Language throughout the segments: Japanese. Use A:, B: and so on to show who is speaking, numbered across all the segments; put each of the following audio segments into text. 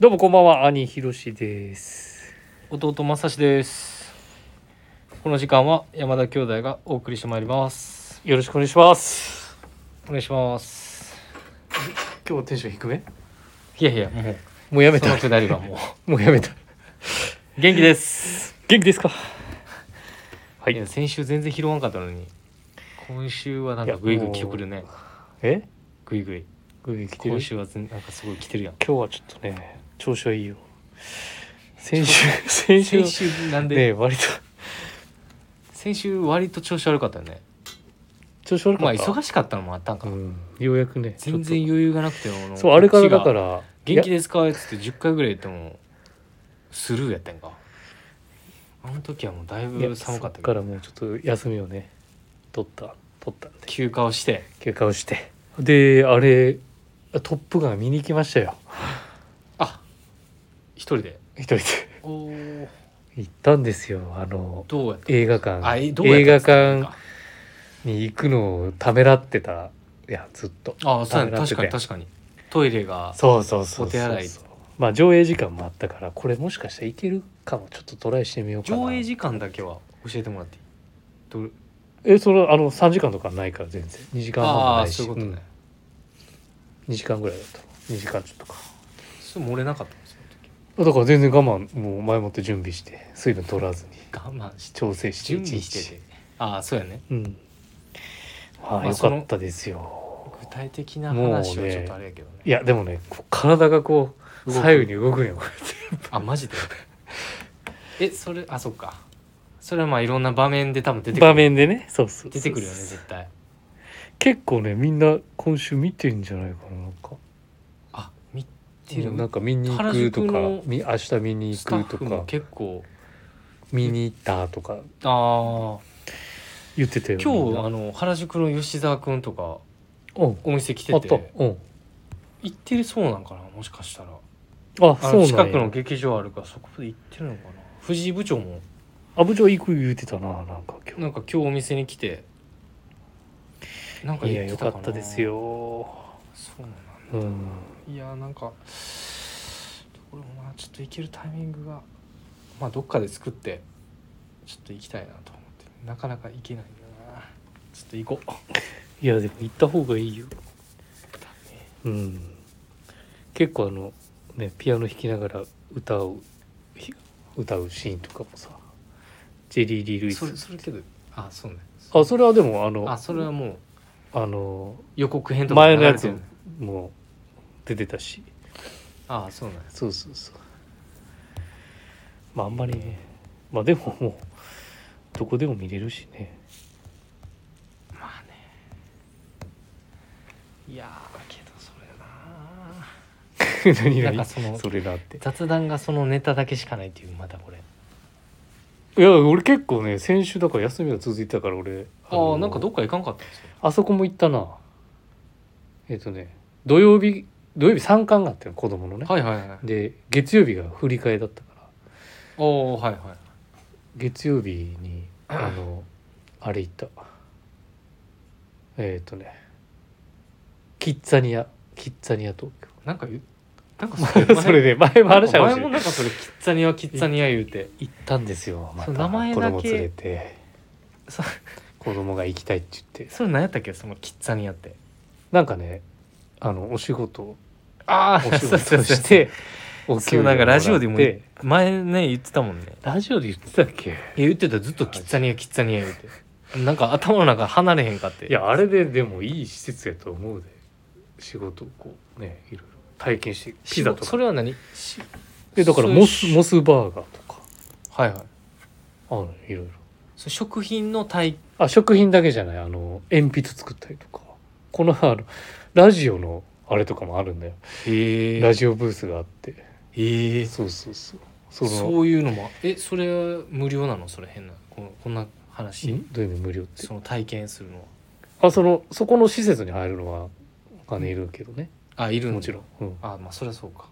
A: どうもこんばんは兄ひろしです
B: 弟正志ですこの時間は山田兄弟がお送りしてまいります
A: よろしくお願いします
B: お願いします
A: 今日テンション低め
B: いやいやもう
A: もうやめ
B: そ
A: た
B: のくだりはも
A: もうやめた
B: う 元気です
A: 元気ですかはい
B: いや先週全然拾わんかったのに今週はなんかグイグイ来てくるね
A: え
B: グイグイ
A: グイ来てる
B: 今
A: 今
B: 週はぜんなんかすごい来てるやん
A: 日はちょっとね調子はいいよ先週 先週
B: 先週なんで、
A: ね割と
B: 先週割と調子悪かったよね
A: 調子悪
B: ま
A: か
B: あ
A: った、
B: 忙しかったのもあったんか、
A: うん、ようやくね
B: 全然
A: ちょっ
B: 余裕がなくてあの
A: とそうあれからだか
B: こっちが
A: ら
B: 元気
A: いや
B: ですか?」っつって10回ぐらい言ってもスルーやったんかあの時はもうだい
A: いや
B: ぶ寒かった
A: そ
B: け
A: か
B: ど
A: らもうちょっと休みをね取った取ったんで
B: 休暇をして
A: 休暇をしてであれ「トップガン」見に行きましたよ
B: あ一人で
A: 一人で
B: おお
A: 行ったんですよあの
B: どうやった
A: 映画館
B: あえどう
A: 映画
B: やったん
A: 館
B: ですか
A: に行くのをためらってたいやずっと
B: あそうやね
A: なって
B: 確
A: て
B: かに確かにトイレが
A: そうそうそうそう
B: お手洗い
A: まあ上映時間もあったからこれもしかしたらいけるかもちょっとトライしてみようかな
B: 上映時間だけは教えてもらっていいどれ
A: えそれあの3時間とかないから全然2時間半も
B: あ
A: な
B: あ
A: いし
B: そういうことね、
A: うん、2時間ぐらいだった2時間ちょっとか
B: そう漏れなかったんですよ
A: だから全然我慢もう前もって準備して水分取らずに
B: 我慢して
A: 調整して
B: 準備
A: 一日
B: しててああそうやね
A: うん
B: ま
A: は
B: あ
A: い、よ
B: そ
A: か
B: の
A: ったですよ
B: 具体的な話
A: もう
B: は
A: ね
B: ちょっとあれやけどね
A: いやでもねこう体がこう
B: 動く
A: 左右に動くんよこ
B: あマジでえそれあそっかそれはまあいろんな場面で多分出
A: れ
B: てく
A: 場
B: る
A: 面でねそうそうそう
B: 出てくるよね絶対
A: 結構ねみんな今週見てんじゃないかななんか
B: あ見てる
A: うんなんか見に行
B: 原
A: くと
B: 宿
A: か
B: の
A: み明日見に
B: スタ
A: 行
B: ッ
A: くと
B: フも
A: か
B: 結構
A: 見に行ったとか
B: ああ
A: 言ってたよみ
B: 今
A: ん
B: 日
A: な
B: あの原宿の吉沢君とか
A: うん
B: お店来
A: あ
B: て
A: った
B: て
A: うん
B: 行ってるそうなんかなもしかしたら
A: あ
B: あ
A: そうなん
B: の
A: や
B: 近くの劇場あるからそこで行ってるのかな藤井部長も
A: 阿部長行く言うてたななんか今
B: なんか今日お店に来てなんか
A: 日い
B: 言
A: や
B: って
A: よか
B: たかな
A: ったですよ
B: そうなんだ
A: うん
B: いやーなんかこれもなちょっと行けるタイミングがまあどっかで作ってちょっと行きたいなと思ってなかなか行けないんだよなちょっと行こう
A: いやでも行った方がいいようん結構あのねピアノ弾きながら歌をひ歌うシーンとかもさジェリー・リー・ルイ
B: それ
A: ス
B: それけどあそうね
A: あそれはでもあの
B: あそれはもう
A: あの
B: 予告編とか
A: 前の
B: に流れ
A: や
B: て
A: つ
B: るね
A: も出てたし
B: あそうね
A: そうそうそうまああんまりねまあでももうどこでも見れるし ね
B: まあねいやーけどそれな
A: 何
B: なん
A: 々
B: かその
A: それがあって
B: 雑談がそのネタだけしかないっていうまたこれ
A: いや俺結構ね先週だから休みが続いてたから俺
B: あ
A: の
B: ーなんかどっか行かんかったんですよ
A: あそこも行ったなえっ、とね土曜日土曜日三冠があったよ子供のね、
B: はいはいはい
A: で月曜日が振り替えだったから
B: おおはいはい
A: 月曜日にあの あれ行ったえっ、とねキッザニアキッザニア東
B: なんか言うなんか それ
A: 京 それで前も話したかもし
B: 前
A: れな
B: も
A: い
B: なんかそれキッザニアキッザニア言うて
A: 行ったんですよまた
B: そう名前だ
A: 子
B: け
A: 供連れて
B: そ
A: 子供が行きたいって言って
B: それ何やったっけそのキッザニアって
A: なんかねあのお仕事
B: あ
A: お仕事
B: し
A: しててお
B: そうなんかラジオでも
A: 給料もらって
B: 前ね言ってたもんね
A: ラジオで言ってたっけ
B: いや言ってたずっとキッザニアキッザニア言うて なんか頭の中離れへんかって
A: いやあれででもいい施設やと思うで仕事をこうねいろいろ体験してピザと
B: そ
A: か
B: れは何し
A: でだからモスモスバーガーとか
B: はいはい
A: あのいろいろ
B: それ食品の体
A: あ食品だけじゃないあの鉛筆作ったりとかこのあのラジオのあれとかもあるんだよ、
B: へ
A: ラジオブースがあって
B: へえ
A: そうそうそうそ
B: そ
A: の
B: ういうのもえそれは無料なのそれ変なこのこんな話
A: んどういう意味無料って
B: その体験するのは
A: あそのそこの施設に入るのはお金いるけどね、
B: あいる
A: もちろん、うん、
B: あまあそりゃそうか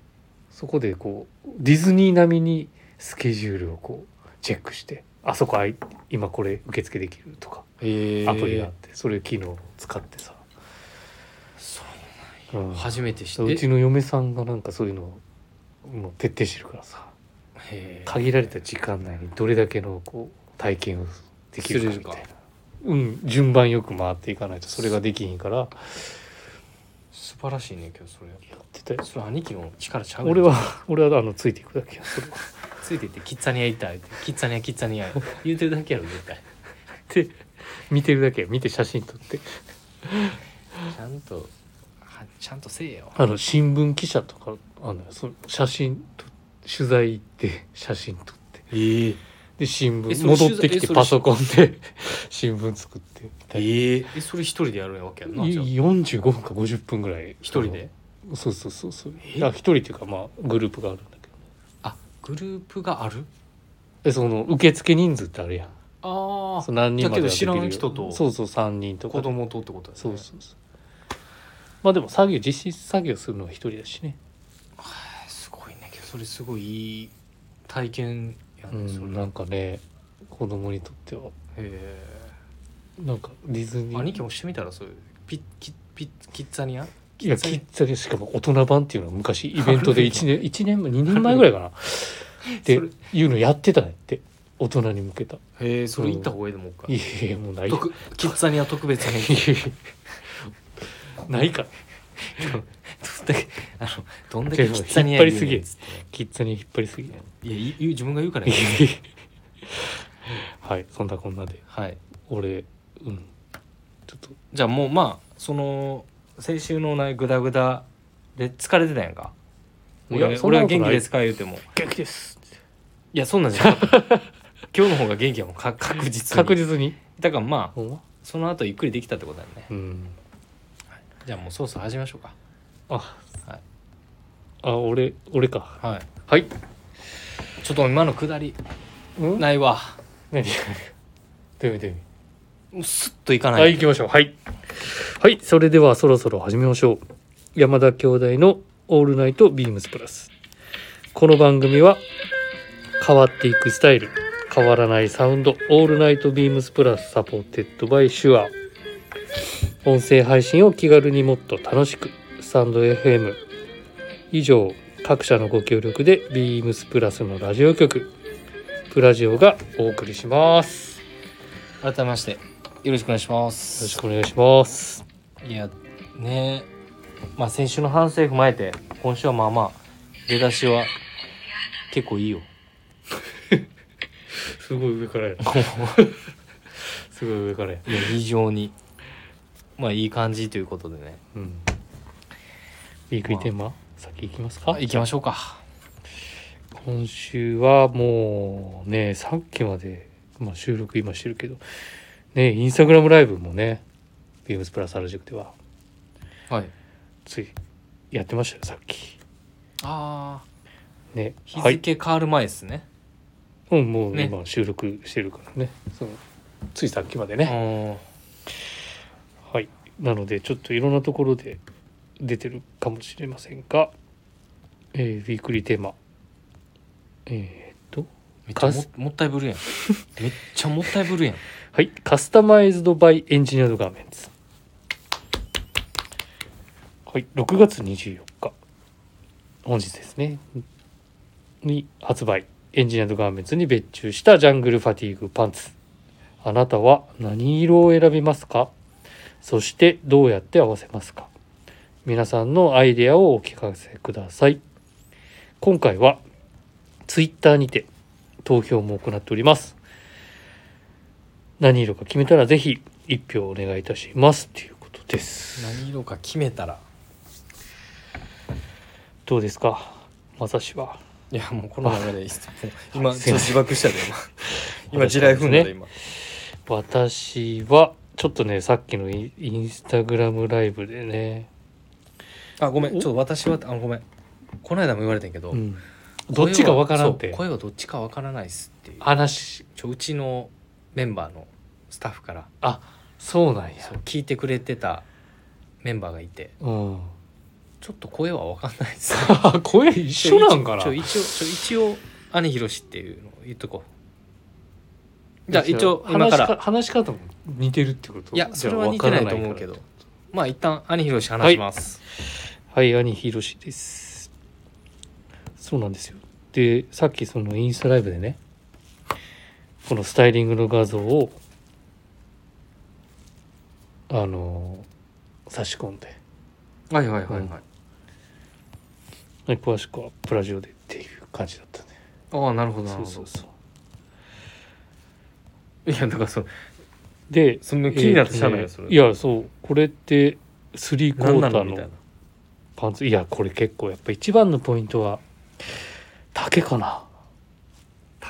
A: そこでこうディズニー並みにスケジュールをこうチェックしてあそこあい今これ受付できるとか
B: へえ
A: アプリがあって、それ機能を使ってさ、
B: そう
A: うん
B: 初めて知っ
A: う
B: て
A: ちの嫁さんがなんかそういうのをもう徹底してるからさ
B: へえ
A: 限られた時間内にどれだけのこう体験をできるかみたいな
B: する
A: うん順番よく回っていかないとそれができひんからや
B: 素晴らしいねんけどそれ
A: ってたよ
B: それ兄貴の力ちゃうねん
A: 俺は俺はあのついていくだけやそれ は
B: ついていってキッザニア行ったってキッザニアキッザニア言うてるだけやろ絶対
A: で見てるだけ見て写真撮って
B: ちゃんとはちゃんとせえよ
A: あの新聞記者とかあのその写真と取材行って写真撮って
B: ええ
A: で新
B: え
A: 聞
B: それ取材
A: 戻ってき
B: え
A: て
B: それ
A: パソコンで 新聞作って
B: ええそれ一人でやるわけやんなじゃあ
A: 45分か50分ぐらい
B: 一人で
A: そうそうそうそう
B: え
A: あ一人っていうかまあグループがあるんだけど
B: あグループがある
A: でその受付人数ってあるやん
B: あ
A: そう何人まではで
B: だけ
A: き
B: ど
A: る
B: 知らん人と
A: そうそう3人とか
B: 子供とってことだよね
A: そうそうそうまあでも作業実質作業するのは一人だしね
B: すごいねけどそれすごいいい体験や
A: う
B: ねそれ
A: んなんかね子供にとっては
B: へ
A: なんかディズニ
B: え
A: ー
B: 兄貴もしてみたらそういうピッキッピッキッザニア
A: いや
B: キ
A: キ
B: ッザニ
A: ッザニアしかも大人版っていうのは昔イベン トで1年一年前2年前ぐらいかな って
B: それ
A: いうのやってたねって大人に向けた
B: アへえそれ行った方がいいでもう一
A: い
B: 回
A: やいやもうないよ
B: 特キッザニア特別編
A: ないから
B: どんだけあのどんだけキッザニア言うねんっつって
A: キッザニア引っ張りすぎや
B: いや言う自分が言うからや
A: はいそんなこんなで
B: はい
A: 俺うんちょっと
B: じゃあもうまあその先週のないグダグダで疲れてたやんか
A: い
B: 俺
A: やそん
B: 俺
A: な
B: は
A: ことない
B: 元気ですか言うても
A: 逆です
B: いやそんなんじゃなかった 今日の方が元気やもんか確実に
A: 確実に
B: だからまあ
A: ほんま
B: その後ゆっくりできたってことだよね
A: うん
B: じゃあもうそろそろ始めましょうか
A: あ
B: はい
A: あ俺俺か
B: はい
A: はい
B: ちょっと今のくだり
A: うん
B: ないわ
A: 何 どういう意味どういう意味
B: もうスッといかない、
A: はい、行きましょう。はい。はい、それではそろそろ始めましょう。山田兄弟のオールナイトビームスプラス。この番組は変わっていくスタイル、変わらないサウンド、オールナイトビームスプラスサポーテッドバイシュア。音声配信を気軽にもっと楽しく、スタンド FM。以上、各社のご協力でビームスプラスのラジオ局、プラジオがお送りします。よ
B: 改めましてよろしくお願いします
A: ろしくお願いします。
B: いやねまあ先週の反省踏まえて今週はまあまあ出だしは結構いいよ
A: すごい上からやなすごい上からや。
B: いや非常にまあいい感じということでね
A: うん。ウィークリーテーマ、先行きますか
B: 行きましょうか
A: 今週はもうね、さっきまで、まあ、収録今してるけど、ね、インスタグラムライブもね、ビームスプラス原宿では、
B: はい
A: ついやってましたよ、さっき。
B: ああ
A: ね、
B: 日
A: はい。
B: 付変わる前ですね、
A: うん、もう
B: ね
A: 今収録してるからね。そのついさっきまでね。
B: うん
A: はい、なのでちょっといろんなところで出てるかもしれませんが、えーウィークリーテーマえーっと
B: めっちゃももったいぶ るやんめっちゃもったいぶるやん
A: はいカスタマイズドバイエンジニアードガーメンツはい6月24日本日ですねに発売エンジニアードガーメンツに別注したジャングルファティーグパンツあなたは何色を選びますかそしてどうやって合わせますか皆さんのアイデアをお聞かせください今回はツイッターにて投票も行っております何色か決めたらぜひ一票お願いいたしますということです
B: 何色か決めたら
A: どうですかまさしはい
B: やもうこの流れでいいっすもう今
A: すい
B: ちょっ
A: ま
B: と
A: せ
B: 自爆したで今 今地雷踏んだで今
A: 私はちょっとねさっきのインインスタグラムライブでね、
B: あごめんちょ
A: お
B: っと私はあのごめんこの間も言われたんやけど、
A: うんどっちかわからんっ
B: 声
A: て
B: はそう声はどっちかわからないっすっていう
A: 話
B: ちょうちのメンバーのスタッフから
A: そうなんや
B: そう聞いてくれてたメンバーがいて
A: う、 ん、
B: ちょっと声はわかんないっす
A: 声一緒なんかな
B: ちょ一応ちょ一応姉ひろしっていうのを言っとこうじゃあ一応
A: 話
B: 今か
A: し
B: ら
A: か話し方も似てるってこと
B: い
A: い
B: やそれは似てないと思うけどまあ一旦兄ひろし話します、
A: はい兄ひろしですそうなんですよでさっきそのインスタライブでねこのスタイリングの画像をあの差し込んで
B: はいはいはいはい、
A: うん
B: あ
A: で詳しくはプラジオでっていう感じだったね
B: あなるほどなる
A: そ
B: ほ
A: う
B: ど
A: そうそう
B: いやだからそう
A: で
B: そんな気になってしゃあないよ
A: えーと
B: そ
A: ね
B: れ
A: いやそうこれってスリークォ
B: 何な
A: ーター
B: のみたい
A: の
B: な
A: パンツいやこれ結構やっぱ一番のポイントは丈かな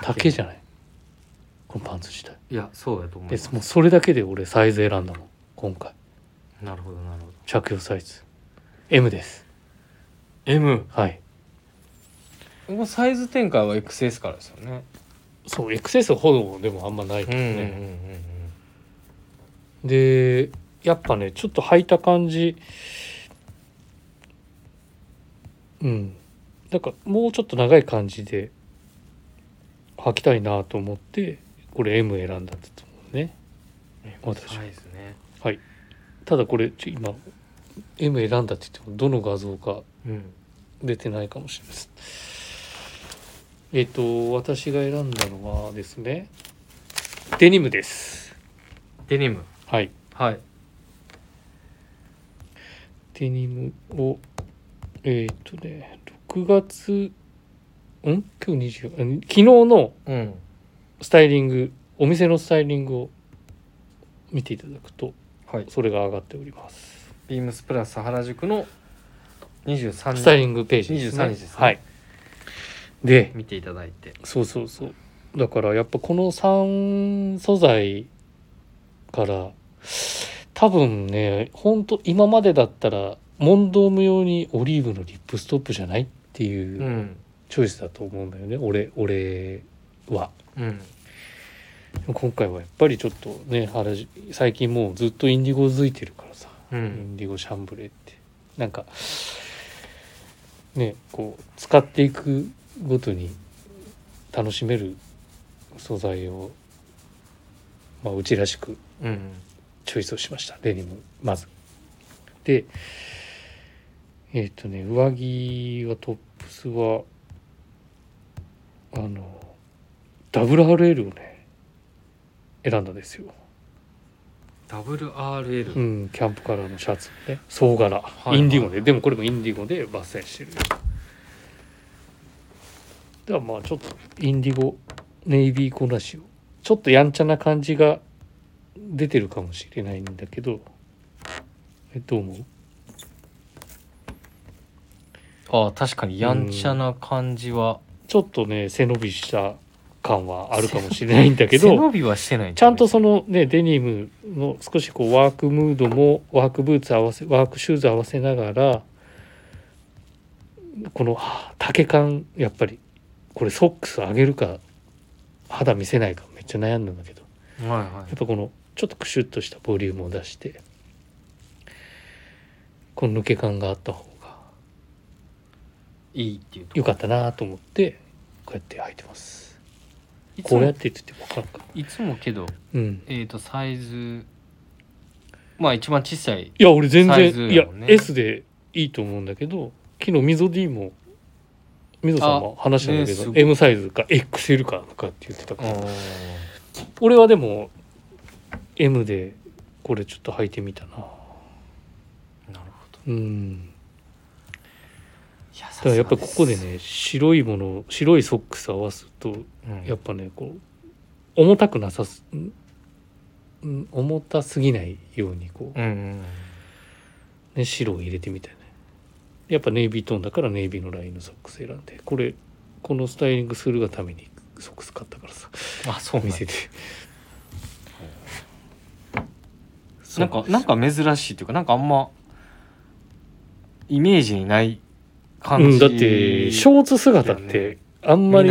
A: 丈じゃないこのパンツ自体
B: いやそうだと思う
A: でもうそれだけで俺サイズ選んだもん今回
B: なるほどなるほど
A: 着用サイズ M です
B: M
A: はい
B: このサイズ展開は XS からですよね
A: そう XS ほどでもあんまないけどね、
B: ん
A: でやっぱねちょっと履いた感じうんなんかもうちょっと長い感じで履きたいなと思ってこれ M 選んだんだと思うね私
B: サイズね
A: ただこれちょ今 M 選んだって言ってもどの画像か
B: うん
A: 出てないかもしれないです。えっ、と私が選んだのはですねデニムです。
B: デニム
A: はい。
B: はい
A: デニムをえっ、とね6月ん今日24あ昨日の
B: うん
A: スタイリングお店のスタイリングを見ていただくと
B: はい
A: それが上がっております。
B: ビームスプラス原宿の23
A: スタイリ
B: 日
A: ングページですね。
B: 23日ですね
A: はい。で、
B: 見ていただいて
A: そうそうそうだからやっぱこの3素材から多分ねほんと今までだったら問答無用にオリーブのリップストップじゃないって
B: う
A: いうんチョイスだと思うんだよね、俺俺は
B: うん
A: 今回はやっぱりちょっとね原宿最近もうずっとインディゴづいてるからさ、
B: う
A: イ
B: ん
A: ンディゴシャンブレってなんかねこう使っていくごとに楽しめる素材を、まあ、うちらしく
B: うん
A: チョイスをしましたデニムまず。でえっ、とね上着はトップスはあの WRL をね選んだんですよ。う
B: WRL
A: ん、キャンプカラーのシャツね総柄、
B: いはい
A: インディゴででもこれもインディゴで抜染してるではまあちょっとインディゴネイビーこなしをちょっとやんちゃな感じが出てるかもしれないんだけどえどう思う
B: ああ確かにやんちゃな感じは
A: ちょっとね背伸びした感はあるかもしれないんだけ
B: 背
A: ど
B: 伸びはしてない
A: ちゃんとそのねデニムの少しこうワークムードもワークブーツ合わせワークシューズ合わせながらこのはあ丈感やっぱりこれソックス上げるか肌見せないかめっちゃ悩んだんだけど
B: はいは
A: やっぱこのちょっとクシュッとしたボリュームを出してこの抜け感があった方が
B: いいいっていうと
A: 良かったなと思ってこうやって履いてます
B: いつ
A: こうや
B: も
A: ってって言っても分からんか
B: いつもけど
A: うん
B: えっとサイズまあ一番小さい
A: いや俺全
B: サイ
A: 然、
B: ズ
A: いや
B: やもんね
A: S でいいと思うんだけど昨日溝 D も溝さんも話したんだけ
B: ねす
A: ど、
B: ごい
A: M サイズか XL かとかって言ってた
B: あ
A: から
B: ー
A: 俺はでも M でこれちょっと履いてみたな
B: なるほど
A: うん
B: いや
A: だからやっぱここで、ね白いもの白いソックス合わすとやっぱねこう重たくなさすんん重たすぎないようにこう、
B: うんうん
A: ね、白を入れてみたいねやっぱネイビートーンだからネイビーのラインのソックス選んでこれこのスタイリングするがためにソックス買ったからさ
B: あそうなん
A: 見
B: だ
A: せて
B: なんかなんか珍しいというかなんかあんまイメージにない感
A: う
B: じ、
A: ん、だってショーツ姿っ
B: だよ
A: てあんまり
B: 見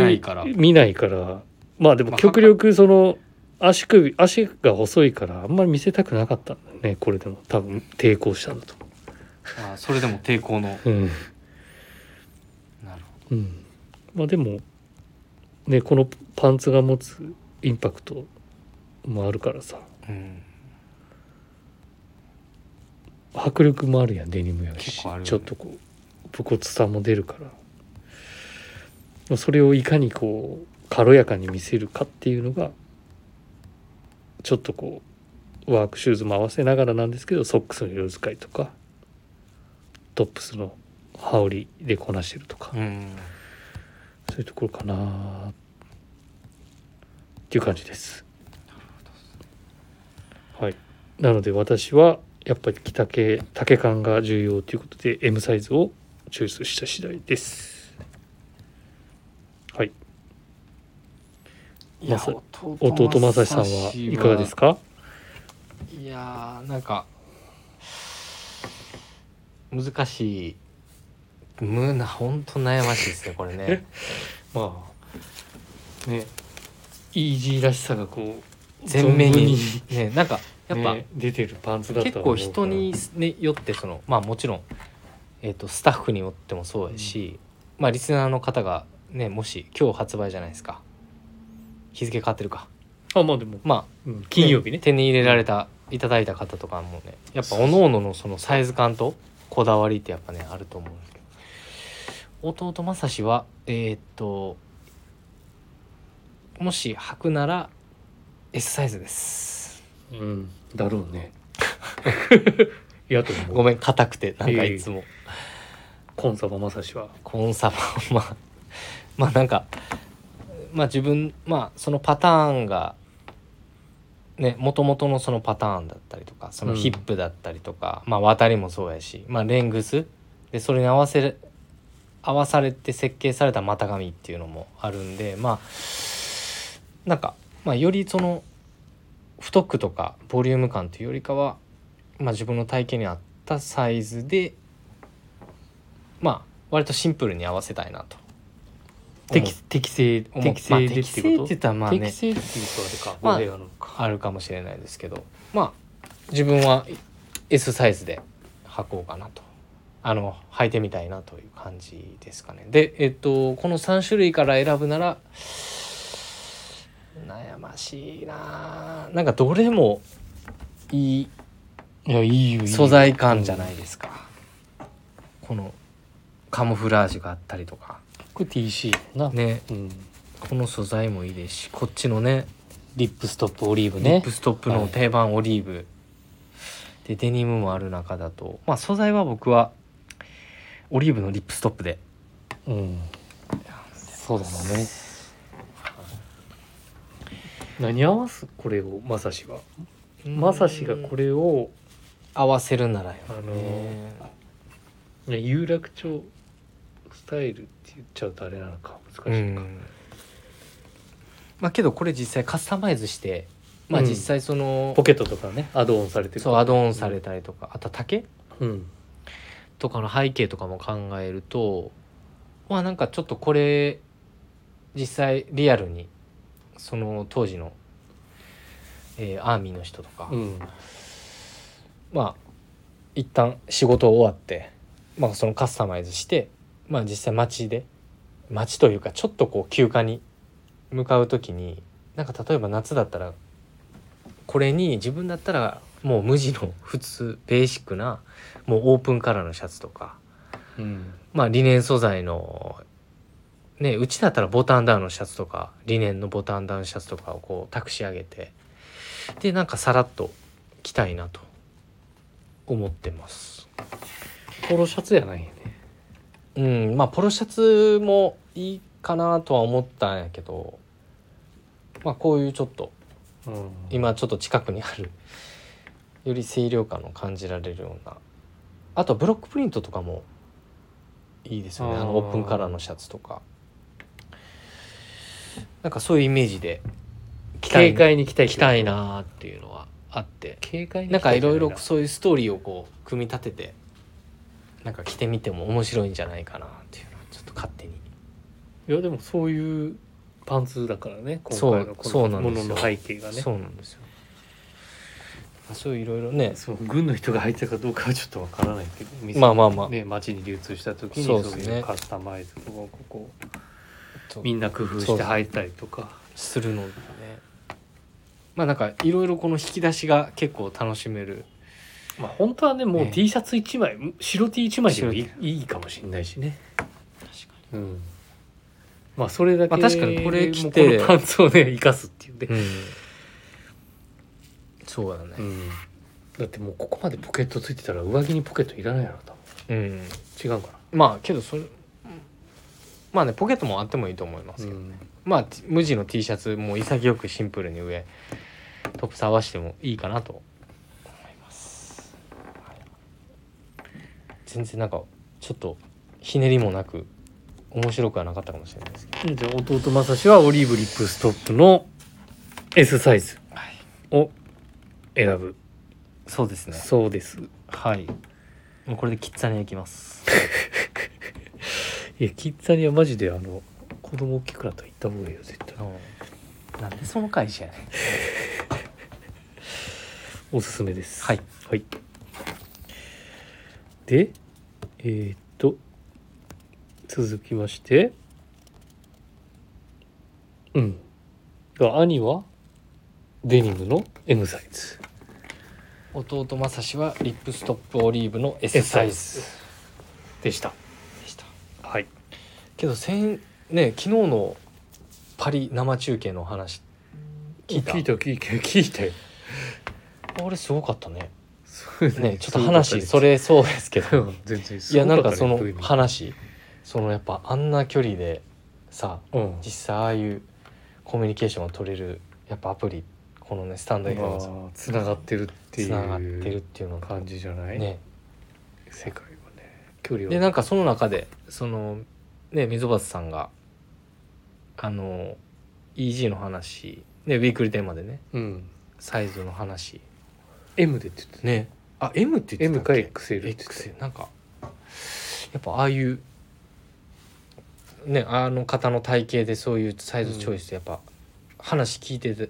A: 見
B: な
A: ないい
B: か
A: かららまあでも
B: まあ
A: 極力その足首足が細いからあんまり見せたくなかったんだよねこれでも多分抵抗したんだと思
B: あそれでも抵抗の
A: う、うん
B: なる
A: うん、まあでもねこのパンツが持つインパクトもあるからさ
B: ほど、うん、
A: 迫力もあるやんデニムやし、
B: 結構あるよね
A: ちょっとこう武骨さも出るからまあそれをいかにこう軽やかに見せるかっていうのがちょっとこうワークシューズも合わせながらなんですけどソックスの色使いとかトップスの羽織でこなしてるとか、
B: うん
A: そういうところかなっていう感じです。はい、なので私はやっぱり着丈丈感が重要ということで M サイズをチョイスした次第です。はい、
B: いや
A: まさ
B: 弟
A: 弟正さんはいかがですか？
B: いやーなんか難しいむな本当悩ましいですねこれね
A: まあね、イージーらしさがこう
B: 全面に
A: 存
B: ねなんかや
A: 分
B: っ
A: に
B: ぱ、
A: ね出てるパンツだった
B: 結構人にねよってそのまあもちろん、えー、とスタッフによってもそうやし、まあリスナーの方がねもし今日発売じゃないですか日付変わってるか
A: あまあでも、
B: まあ
A: うん金曜日ね。
B: 手に入れられたいただいた方とかもねやっぱ各々のそのサイズ感とこだわりってやっぱねあると思うんですけど弟正志はえーっともし履くなら S サイズです
A: うん、だろうね。 いやと思う。
B: ごめん硬くてなんかいつも
A: コンサバまさしは。
B: コンサバ まあまあなんかまあ自分まあそのパターンがねもともとのそのパターンだったりとかそのヒップだったりとか、まあ渡りもそうやしまあレングスでそれに合わせる合わされて設計された股上っていうのもあるんでまあなんか、まあ、よりその太くとかボリューム感というよりかは、まあ、自分の体型に合ったサイズでまあ割とシンプルに合わせたいなと。
A: 適適正
B: 思う
A: 適正で
B: まあ適
A: って
B: 正
A: いうこ
B: って
A: と。
B: 言ったらまあね
A: 適正っていうとあれか。
B: ま
A: ま
B: あ
A: あ、なのか。
B: あるかもしれないですけどまあ自分は S サイズで履こうかなとあの履いてみたいなという感じですかねでえっとこの3種類から選ぶなら悩ましいなあなんかどれもい
A: いやいいよ
B: い素材感じゃないですか、このカモフラージュがあったりとか
A: これ TC な。
B: ね
A: うん。
B: この素材もいいですしこっちのね
A: リップストップオリーブ
B: リッ
A: ね
B: プ。ストップの定番オリーブ、でデニムもある中だとまあ素材は僕はオリーブのリップストップで
A: うん。そうだろうね。何合わすこれをまさしは。まさしがこ
B: れ
A: れを
B: 合わせるならよ、
A: あの
B: ね
A: ね有楽町スタイルって言っちゃうとあれなのか難しいか。
B: うんまあけどこれ実際カスタマイズしてまあ
A: うん
B: 実際その、
A: ポケットとかねアドオンされてる
B: そうアドオンされたりとかあと竹
A: うん
B: とかの背景とかも考えるとまあなんかちょっとこれ実際リアルにその当時の、えーアーミーの人とか、
A: うん
B: まあ一旦仕事終わって、まあ、そのカスタマイズして、まあ、実際街で街というかちょっとこう休暇に向かう時になんか例えば夏だったらこれに自分だったらもう無地の普通ベーシックなもうオープンカラーのシャツとか
A: うん
B: まあリネン素材のねうちだったらボタンダウンのシャツとかリネンのボタンダウンシャツとかをこう託し上げてでなんかさらっと着たいなと思ってます
A: ポロシャツやないよね
B: うんまあポロシャツもいいかなとは思ったんやけどまあこういうちょっと
A: うん
B: 今ちょっと近くにあるより清涼感の感じられるようなあとはブロックプリントとかもいいですよね
A: あ
B: あ
A: ー
B: のオープンカラーのシャツとかなんかそういうイメージで着たい
A: 軽快に着たい
B: 着たいなーっていうのはあって
A: 軽快に
B: なんかいろいろそういうストーリーをこう組み立ててなんか着てみても面白いんじゃないかなっていうのはちょっと勝手に
A: いやでもそういうパンツだからね今
B: そう
A: 回の
B: そ
A: こ
B: うな
A: の
B: んで
A: も
B: すよ
A: のの背景がね
B: そうなんですよそういういろいろね
A: そう軍の人が入ってたかどうかはちょっとわからないけど店
B: まあまあまあ
A: ね街に流通した時に
B: そ
A: そうう
B: ですね
A: いうカスタマイズとかここ
B: ちょっと
A: みんな工夫
B: そう
A: して
B: です
A: 履いたりとか
B: するのでねまあなんかいろいろこの引き出しが結構楽しめる
A: まあ本当はねもう
B: ね
A: T シャツ一枚白 T 一枚でもいい
B: 白
A: いいかもしれないしね
B: 確か
A: うんまあそれだけ、
B: まあ確かにこれ着て
A: もうこのパンツをね生かすっていうね、
B: うん、そうだね
A: うんだってもうここまでポケットついてたら上着にポケットいらないやろ多
B: うん、
A: 分違うか
B: まあけどそれまあねポケットもあってもいいと思います
A: な、
B: けど、
A: ん、
B: まあ T- 無地の T シャツも潔くシンプルに上トップス合わせてもいいかなと思います、はい全然なんかちょっとひねりもなく面白くはなかったかもしれないですけど
A: じゃあ弟正志はオリーブリップストップの S サイズ
B: はい
A: を選ぶ
B: そうですね
A: そうです
B: はいもうこれでキッザニア行きます
A: いやキッザニアマジであの子供大きくなったら行った方がいいよ絶対
B: うん なんでその会社やねん
A: おすすめです
B: はい、
A: はい、でえーっと続きましてうんが兄はデニムの M サイズ
B: 弟まさしはリップストップオリーブの S
A: S
B: サ
A: サイ
B: イ
A: ズ
B: ズ
A: でした
B: でした
A: はい
B: けど先ね昨日のパリ生中継の話聞いた
A: 聞いた聞いた聞いたよ
B: あれすごかったね
A: そうです
B: ねちょっと話それそうですけ
A: う
B: ど
A: ん 全然
B: いやなんかその
A: すごかっ
B: 話そのやっぱあんな距離でさ
A: たね V うん
B: 実際ああいうコミュニケーションを取れるやっぱアプリこのねスタンド FM さ
A: まあつながってるってい
B: つ
A: う
B: ながってるっていうのが
A: 感じじゃない、
B: ね
A: 世界はね距離は
B: でなんかその中でそのね溝端さんがあの EG の話ねウィークリーテーマでね
A: うん
B: サイズの話
A: M でって言ってたね
B: ねあ M って言って
A: M
B: た
A: か
B: っ
A: XL っ
B: け
A: て言ってた
B: X なんかやっぱああいうねあの方の体型でそういうサイズチョイスってやっぱ、話聞いてて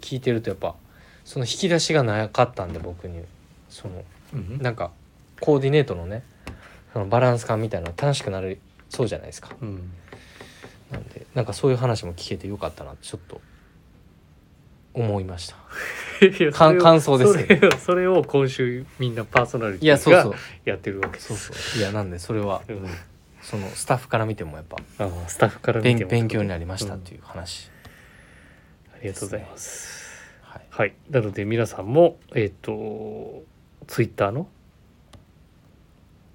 B: 聞いてるとやっぱその引き出しがなかったんで僕にその
A: うん
B: なんかコーディネートのねそのバランス感みたいなの楽しくなるそうじゃないですか
A: うん
B: なんでなんかそういう話も聞けてよかったなってちょっと思いました
A: いや
B: か
A: そ
B: ん
A: れを
B: 感想ですけ
A: それを それを今週みんなパーソナリテ
B: いや
A: ィ
B: そうそう
A: がやってるわけです
B: そうそういやなんでそれは
A: うん
B: そのスタッフから見てもやっぱ
A: あのスタッフから見て
B: 勉
A: も
B: 勉強になりました
A: う
B: っ
A: ん
B: ていう話、
A: ありがとうございます
B: はい、
A: はいなので皆さんもえっ、とツイッターの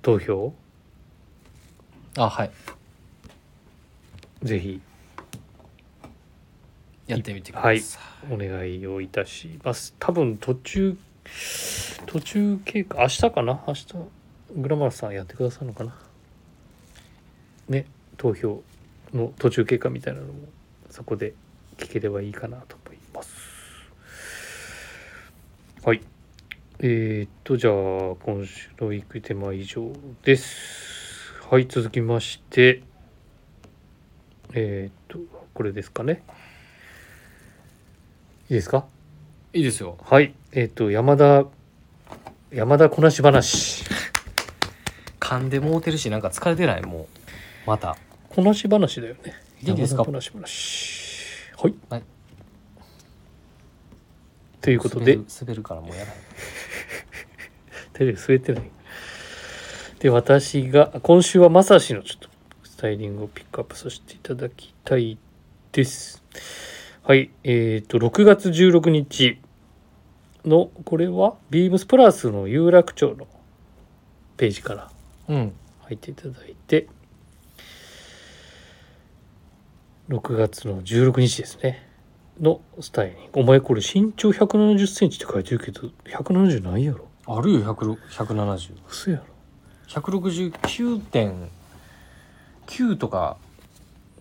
A: 投票を
B: あはい
A: ぜひ
B: やってみてください、
A: お願いをいたします多分途中途中経過明日かな明日グラマラスさんやってくださるのかなね投票の途中経過みたいなのもそこで聞ければいいかなと思いますはいえー、っとじゃあ今週のウィークテーマは以上ですはい続きましてえー、っとこれですかねいいですか
B: いいですよ
A: はい、えっ、と山田山田こなし話。
B: 噛んでもうてるしなんか疲れてないもうまた
A: こなし話だよね。
B: いいですか
A: 山田こなし話。はい。
B: はい
A: ということで
B: 滑る滑るからもうやらない
A: 手で滑ってない。で私が今週はまさしのちょっとスタイリングをピックアップさせていただきたいです。はい、えっ、と6月16日のこれはビームスプラスの有楽町のページから
B: うん
A: 入っていただいて6月の16日ですねのスタイリングお前これ身長1 7 0ンチって書いてるけど170ないやろ
B: あるよ170
A: 嘘やろ
B: 169.9とか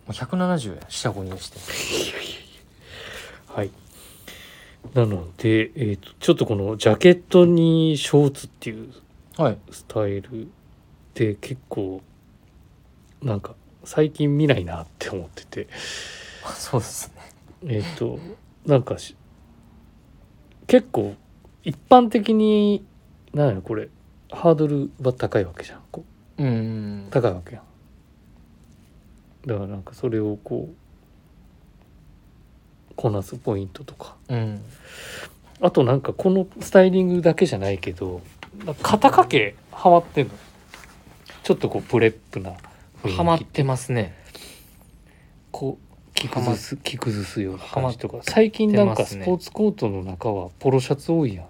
B: もう170や下5にして
A: はいなので、えー、とちょっとこのジャケットにショーツっていう
B: はい
A: スタイルで結構なんか最近見ないなって思ってて
B: そうですね
A: えっ、となんかし結構一般的になんやろこれハードルは高いわけじゃんこう
B: うん
A: 高いわけやんだからなんかそれをこうこなすポイントとか
B: うん
A: あとなんかこのスタイリングだけじゃないけどなんか肩掛けハマってんのちょっとこうプレップな雰囲気
B: ハマってますね
A: こう着崩す着崩すような感じと
B: は
A: か
B: まって
A: 最近なんか
B: ます
A: ス
B: ね
A: ポーツコートの中はポロシャツ多いやん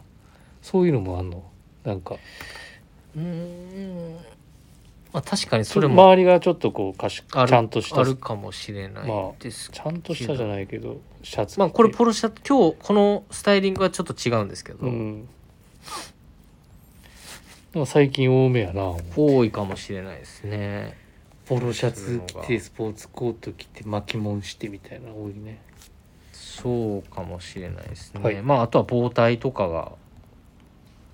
A: そういうのもあんのなんか
B: うーんまあ確かにそれも
A: 周りがちょっとこうかしち
B: ある
A: ゃんとした
B: ある
A: ち
B: かもしれない
A: まあ
B: ですけど
A: ゃんとしたじゃないけどシャツ着て
B: まあこれポロシャツ今日このスタイリングはちょっと違うんですけど、
A: うんでも最近多めやな
B: 多いかもしれないですね
A: ポロシャツ着
B: そういうの
A: て
B: が
A: スポーツコート着て巻きもんしてみたいな多いね
B: そうかもしれないですね、
A: はい
B: まああとは包帯とかが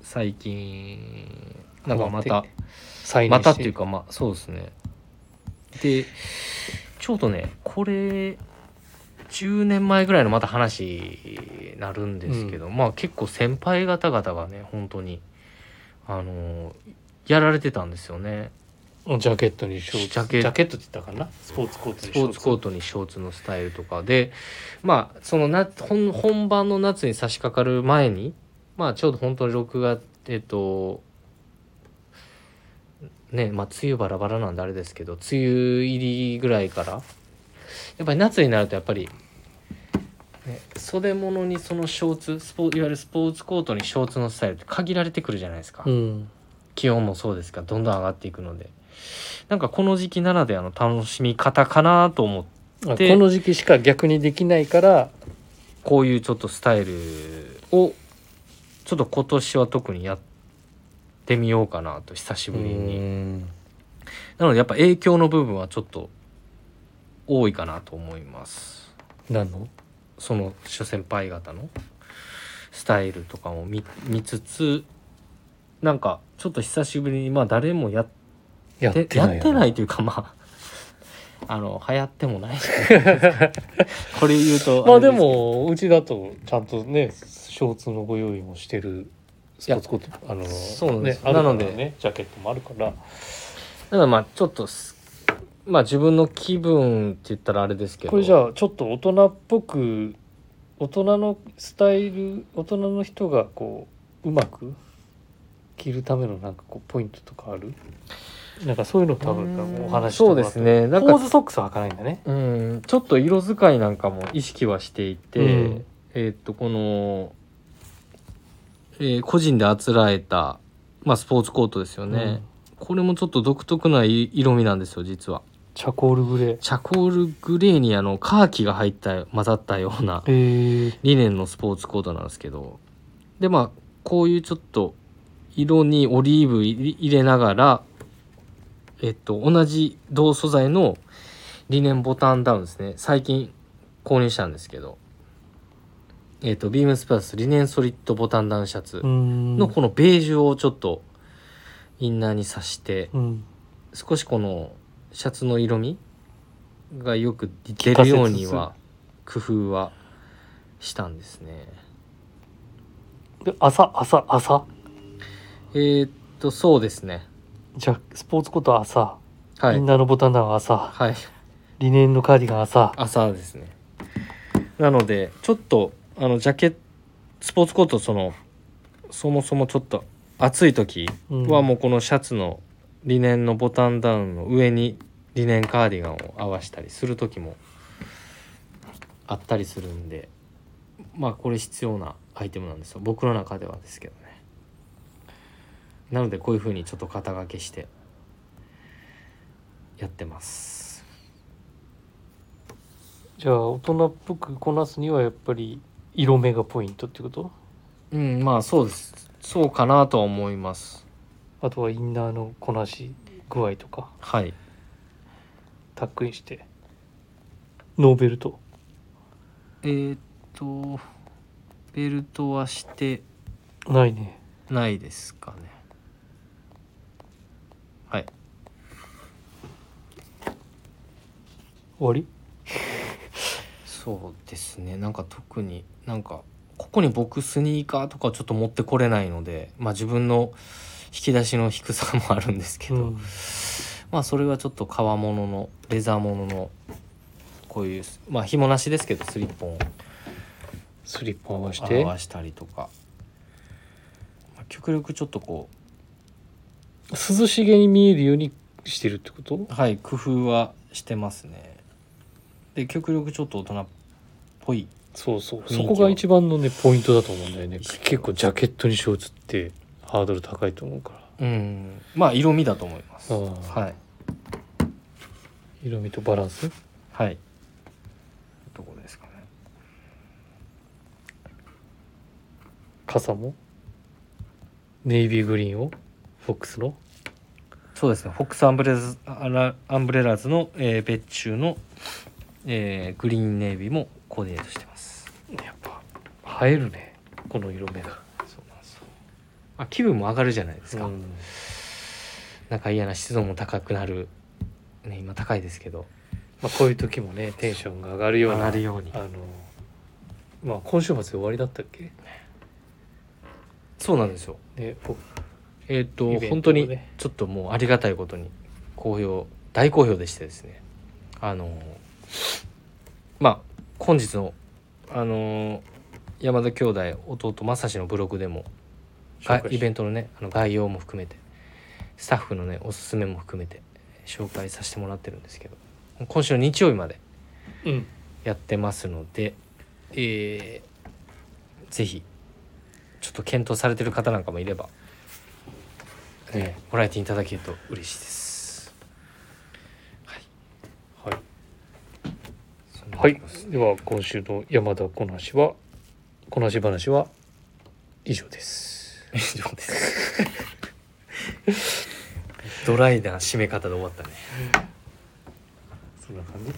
B: 最近なんかまた
A: 再
B: ま
A: 燃して
B: たっていうかまあそうですねでちょうどねこれ10年前ぐらいのまた話になるんですけど、まあ結構先輩方々がね本当にあのやられてたんですよね
A: ジャケットにショーツ
B: ジャケ
A: ットって言ったかなスポーツコート
B: ス
A: に
B: ポーツコー
A: ト
B: トにショーツのスタイルとかでまあそのな本本番の夏に差し掛かる前にまあちょうど本当に録画えっとねまあ梅雨バラバラなんであれですけど梅雨入りぐらいからやっぱり夏になるとやっぱり、ね、袖物にそのショーツスポーいわゆるスポーツコートにショーツのスタイルって限られてくるじゃないですか。
A: うん
B: 気温もそうですがどんどん上がっていくのでなんかこの時期ならではの楽しみ方かなと思っ
A: あ
B: て
A: こ
B: で
A: の時期しか逆にできないから
B: こういうちょっとスタイルをちょっと今年は特にやってみようかなと久しぶりに
A: ん
B: なのでやっぱ影響の部分はちょっと多いかなと思います
A: なの
B: その諸先輩方のスタイルとかも見見つつなんかちょっと久しぶりにまあ誰もやっ
A: やっ
B: で
A: て
B: や
A: ない
B: ってない
A: い
B: というかまああの流行って もないこれ言うと
A: まあ
B: れ
A: です
B: けど
A: もうちだとちゃんとねショーツのご用意もしてるスポーツコートあの
B: そうなんです
A: ねあるから
B: なので
A: ねジャケットもあるから
B: ただまあちょっとすまあ自分の気分って言ったらあれですけど
A: これじゃあちょっと大人っぽく大人のスタイル大人の人がこううまく着るためのなんかこうポイントとかあるなんかそういうの多
B: うー
A: 分
B: ん
A: お話し
B: そうですね
A: な
B: なんん
A: か
B: か
A: ポーズソックスは履かないんだね
B: うんちょっと色使いなんかも意識はしていて、
A: うん
B: えーっとこの、えー個人であつらえた、まあ、スポーツコートですよね、これもちょっと独特ない色味なんですよ実は
A: チャコールグレー
B: チャコールグレーにあのカーキが入った混ざったような
A: えー、
B: 理念のスポーツコートなんですけどでまあこういうちょっと色にオリーブ入れ入れながらえっと同じ同素材のリネンボタンダウンですね最近購入したんですけどえっとビームスプラスリネンソリッドボタンダウンシャツ
A: ん
B: のこのベージュをちょっとインナーにさして
A: うん
B: 少しこのシャツの色味がよく出るようには工夫はしたんですね。
A: で朝朝朝
B: えーっとそうですね
A: じゃスポーツコート朝、
B: は
A: イ
B: い
A: ンナーのボタンダウン朝
B: はい
A: リネンのカーディガン朝
B: 朝ですねなのでちょっとあのジャケットスポーツコートそのそもそもちょっと暑い時はもうこのシャツのリネンのボタンダウンの上にリネンカーディガンを合わしたりする時もあったりするんでまあこれ必要なアイテムなんですよ僕の中ではですけどねなのでこういうふうにちょっと肩掛けしてやってます
A: じゃあ大人っぽくこなすにはやっぱり色目がポイントってこと
B: うんまあそうですそうかなとは思います
A: あとはインナーのこなし具合とか
B: はい
A: タックインしてノーベルト
B: えーっとベルトはして
A: ないね
B: ないですかねはい
A: 終わり
B: そうですねなんか特になんかここに僕スニーカーとかちょっと持ってこれないのでまあ自分の引き出しの低さもあるんですけど、
A: うん
B: まあそれはちょっと革物のレザー物のこういうまあ紐なしですけどスリッポンを
A: スリッパ合わせて
B: 表したりとか、まあ、極力ちょっとこ
A: 涼しげに見えるようにしてるってこと
B: うはい工夫はしてますねで極力ちょっと大人っぽい
A: そうそう
B: 雰囲気
A: そ
B: は
A: こが一番のねポイントだと思うんだよね結構ジャケットにショーツってハードル高いと思うから
B: うんまあ色味だと思います
A: ああ
B: はい
A: 色味とバランス
B: はいどこですかね
A: 傘もネイビーグリーンをフォックスの
B: そうですねフォックスアンブレズアラアンブレラーズの、えー別注の、えーグリーンネイビーもコーディネートしてます
A: やっぱ映えるねこの色目が、
B: そうなんですよまあ、気分も上がるじゃないですか、
A: うん
B: なんか嫌な湿度も高くなる、ね、今高いですけど
A: まあ、こういう時もねテンションが上がるよう
B: 上
A: な
B: がるように
A: あのまあ今週末で終わりだったっけ
B: そうなんですよ
A: ね僕
B: えっ、
A: イベン
B: と、
A: トをね
B: 本当にちょっともうありがたいことに好評大好評でしてですねあのまあ本日のあの山田兄弟弟正志のブログでもがイベ
A: ン
B: ントのねあの概要も含めてスタッフのねおすすめも含めて紹介させてもらってるんですけど今週の日曜日まで
A: トうん
B: やってますので、えーぜひちょっと検討されてる方なんかもいれば、えー
A: ね
B: ご来店いただけると嬉しいです。
A: はい
B: そんなと
A: は
B: こ
A: い
B: です、
A: では今週の山田こなしはこなし話は以上です。
B: 以上です。 ドライな締め方で終わったね。
A: そんな感じ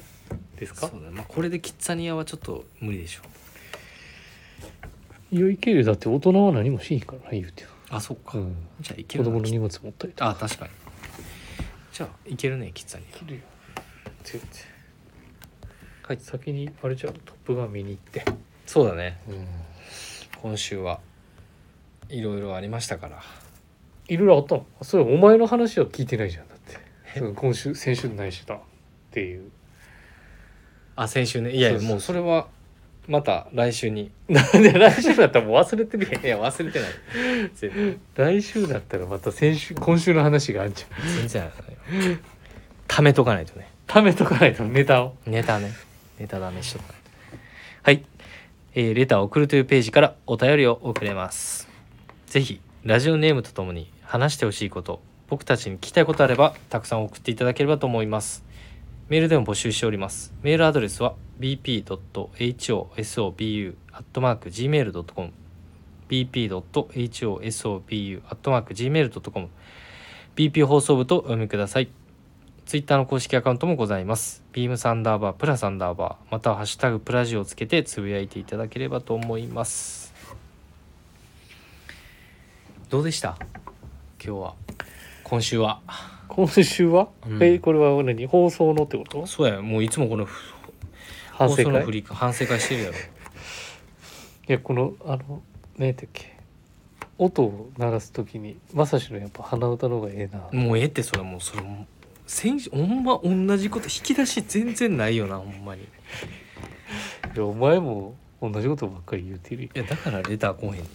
A: です
B: そうだね。まあこれでキッザニアはちょっと無理でしょう。
A: いやいけるよだって大人は何もしんからな言うてよ、
B: あ、そっか。
A: うん、
B: じゃあいけ
A: 子
B: るな
A: 供の荷物持ったりとか
B: あ、確かに。じゃあいけるね、キッザニ
A: るよはい先にあれじゃんトップガン見に行って、
B: ア。そうだね。
A: うん、
B: 今週はいろいろありましたから。
A: いろいろあったのあそれお前の話は聞いてないじゃんだってその今週先週何してたっていう
B: あ先週ねいやいや
A: そうそう
B: もうそれはまた来週に
A: なんで来週だったらもう忘れてるやん
B: いや忘れて ない全然
A: 来週だったらまた先週今週の話があんじゃん
B: 全然あるのよ貯めとかないとね
A: ためとかないとネタを
B: ネタねネタダメしとかないとはい、えーレターを送るというページからお便りを送れますぜひラジオネームとともに話してほしいこと僕たちに聞きたいことあればたくさん送っていただければと思いますメールでも募集しておりますメールアドレスは bp.hosobu.gmail.com bp.hosobu.gmail.com bp 放送部とお読みくださいツイッターの公式アカウントもございます。ビームサンダーバー、プラサンダーバー、またはハッシュタグプラジをつけてつぶやいていただければと思います。どうでした今日は。今週は。
A: 今週は、
B: うん
A: えこれは何放送のってこと
B: そうや、もういつもこの
A: 反省
B: の
A: 会
B: 振
A: い
B: り反省会してるやろ。
A: やこのあの何やったっけ音を鳴らすときにまさしのやっぱ鼻歌の方がええな、
B: もうええってそれもうそれも先週ほんま同じこと引き出し全然ないよなほんまにい
A: いやお前も同じことばっかり言ってるよ
B: やだからレター来へんねんこ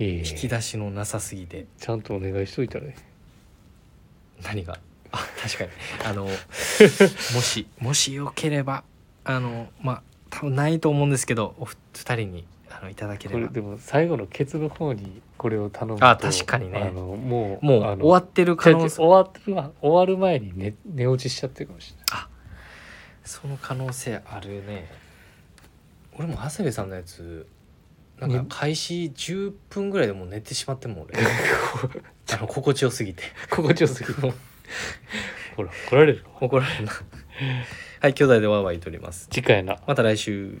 A: い
B: れ
A: やいや
B: 引き出しのなさすぎて
A: ちゃんとお願いしといたね
B: 何があ確かにあ のもしもしよければあのまあ多分ないと思うんですけどお二人にあのいただけ
A: こ
B: れ
A: れ
B: ば
A: でも最後のケツの方にこれを頼むと
B: あ確かにね
A: あのもう
B: もう
A: あの
B: 終わってる可能
A: じゃ
B: 性
A: あ終わってる終わる前に寝寝落ちしちゃってるかもしれない
B: その可能性あるね俺も長谷部さんのやつなん
A: ね
B: か開始10分ぐらいでもう寝てしまっても 俺あの心地よすぎて
A: 心地よすぎ るほら怒られる
B: 怒られるなはい兄弟でワーワー言っております
A: 次回な
B: また来週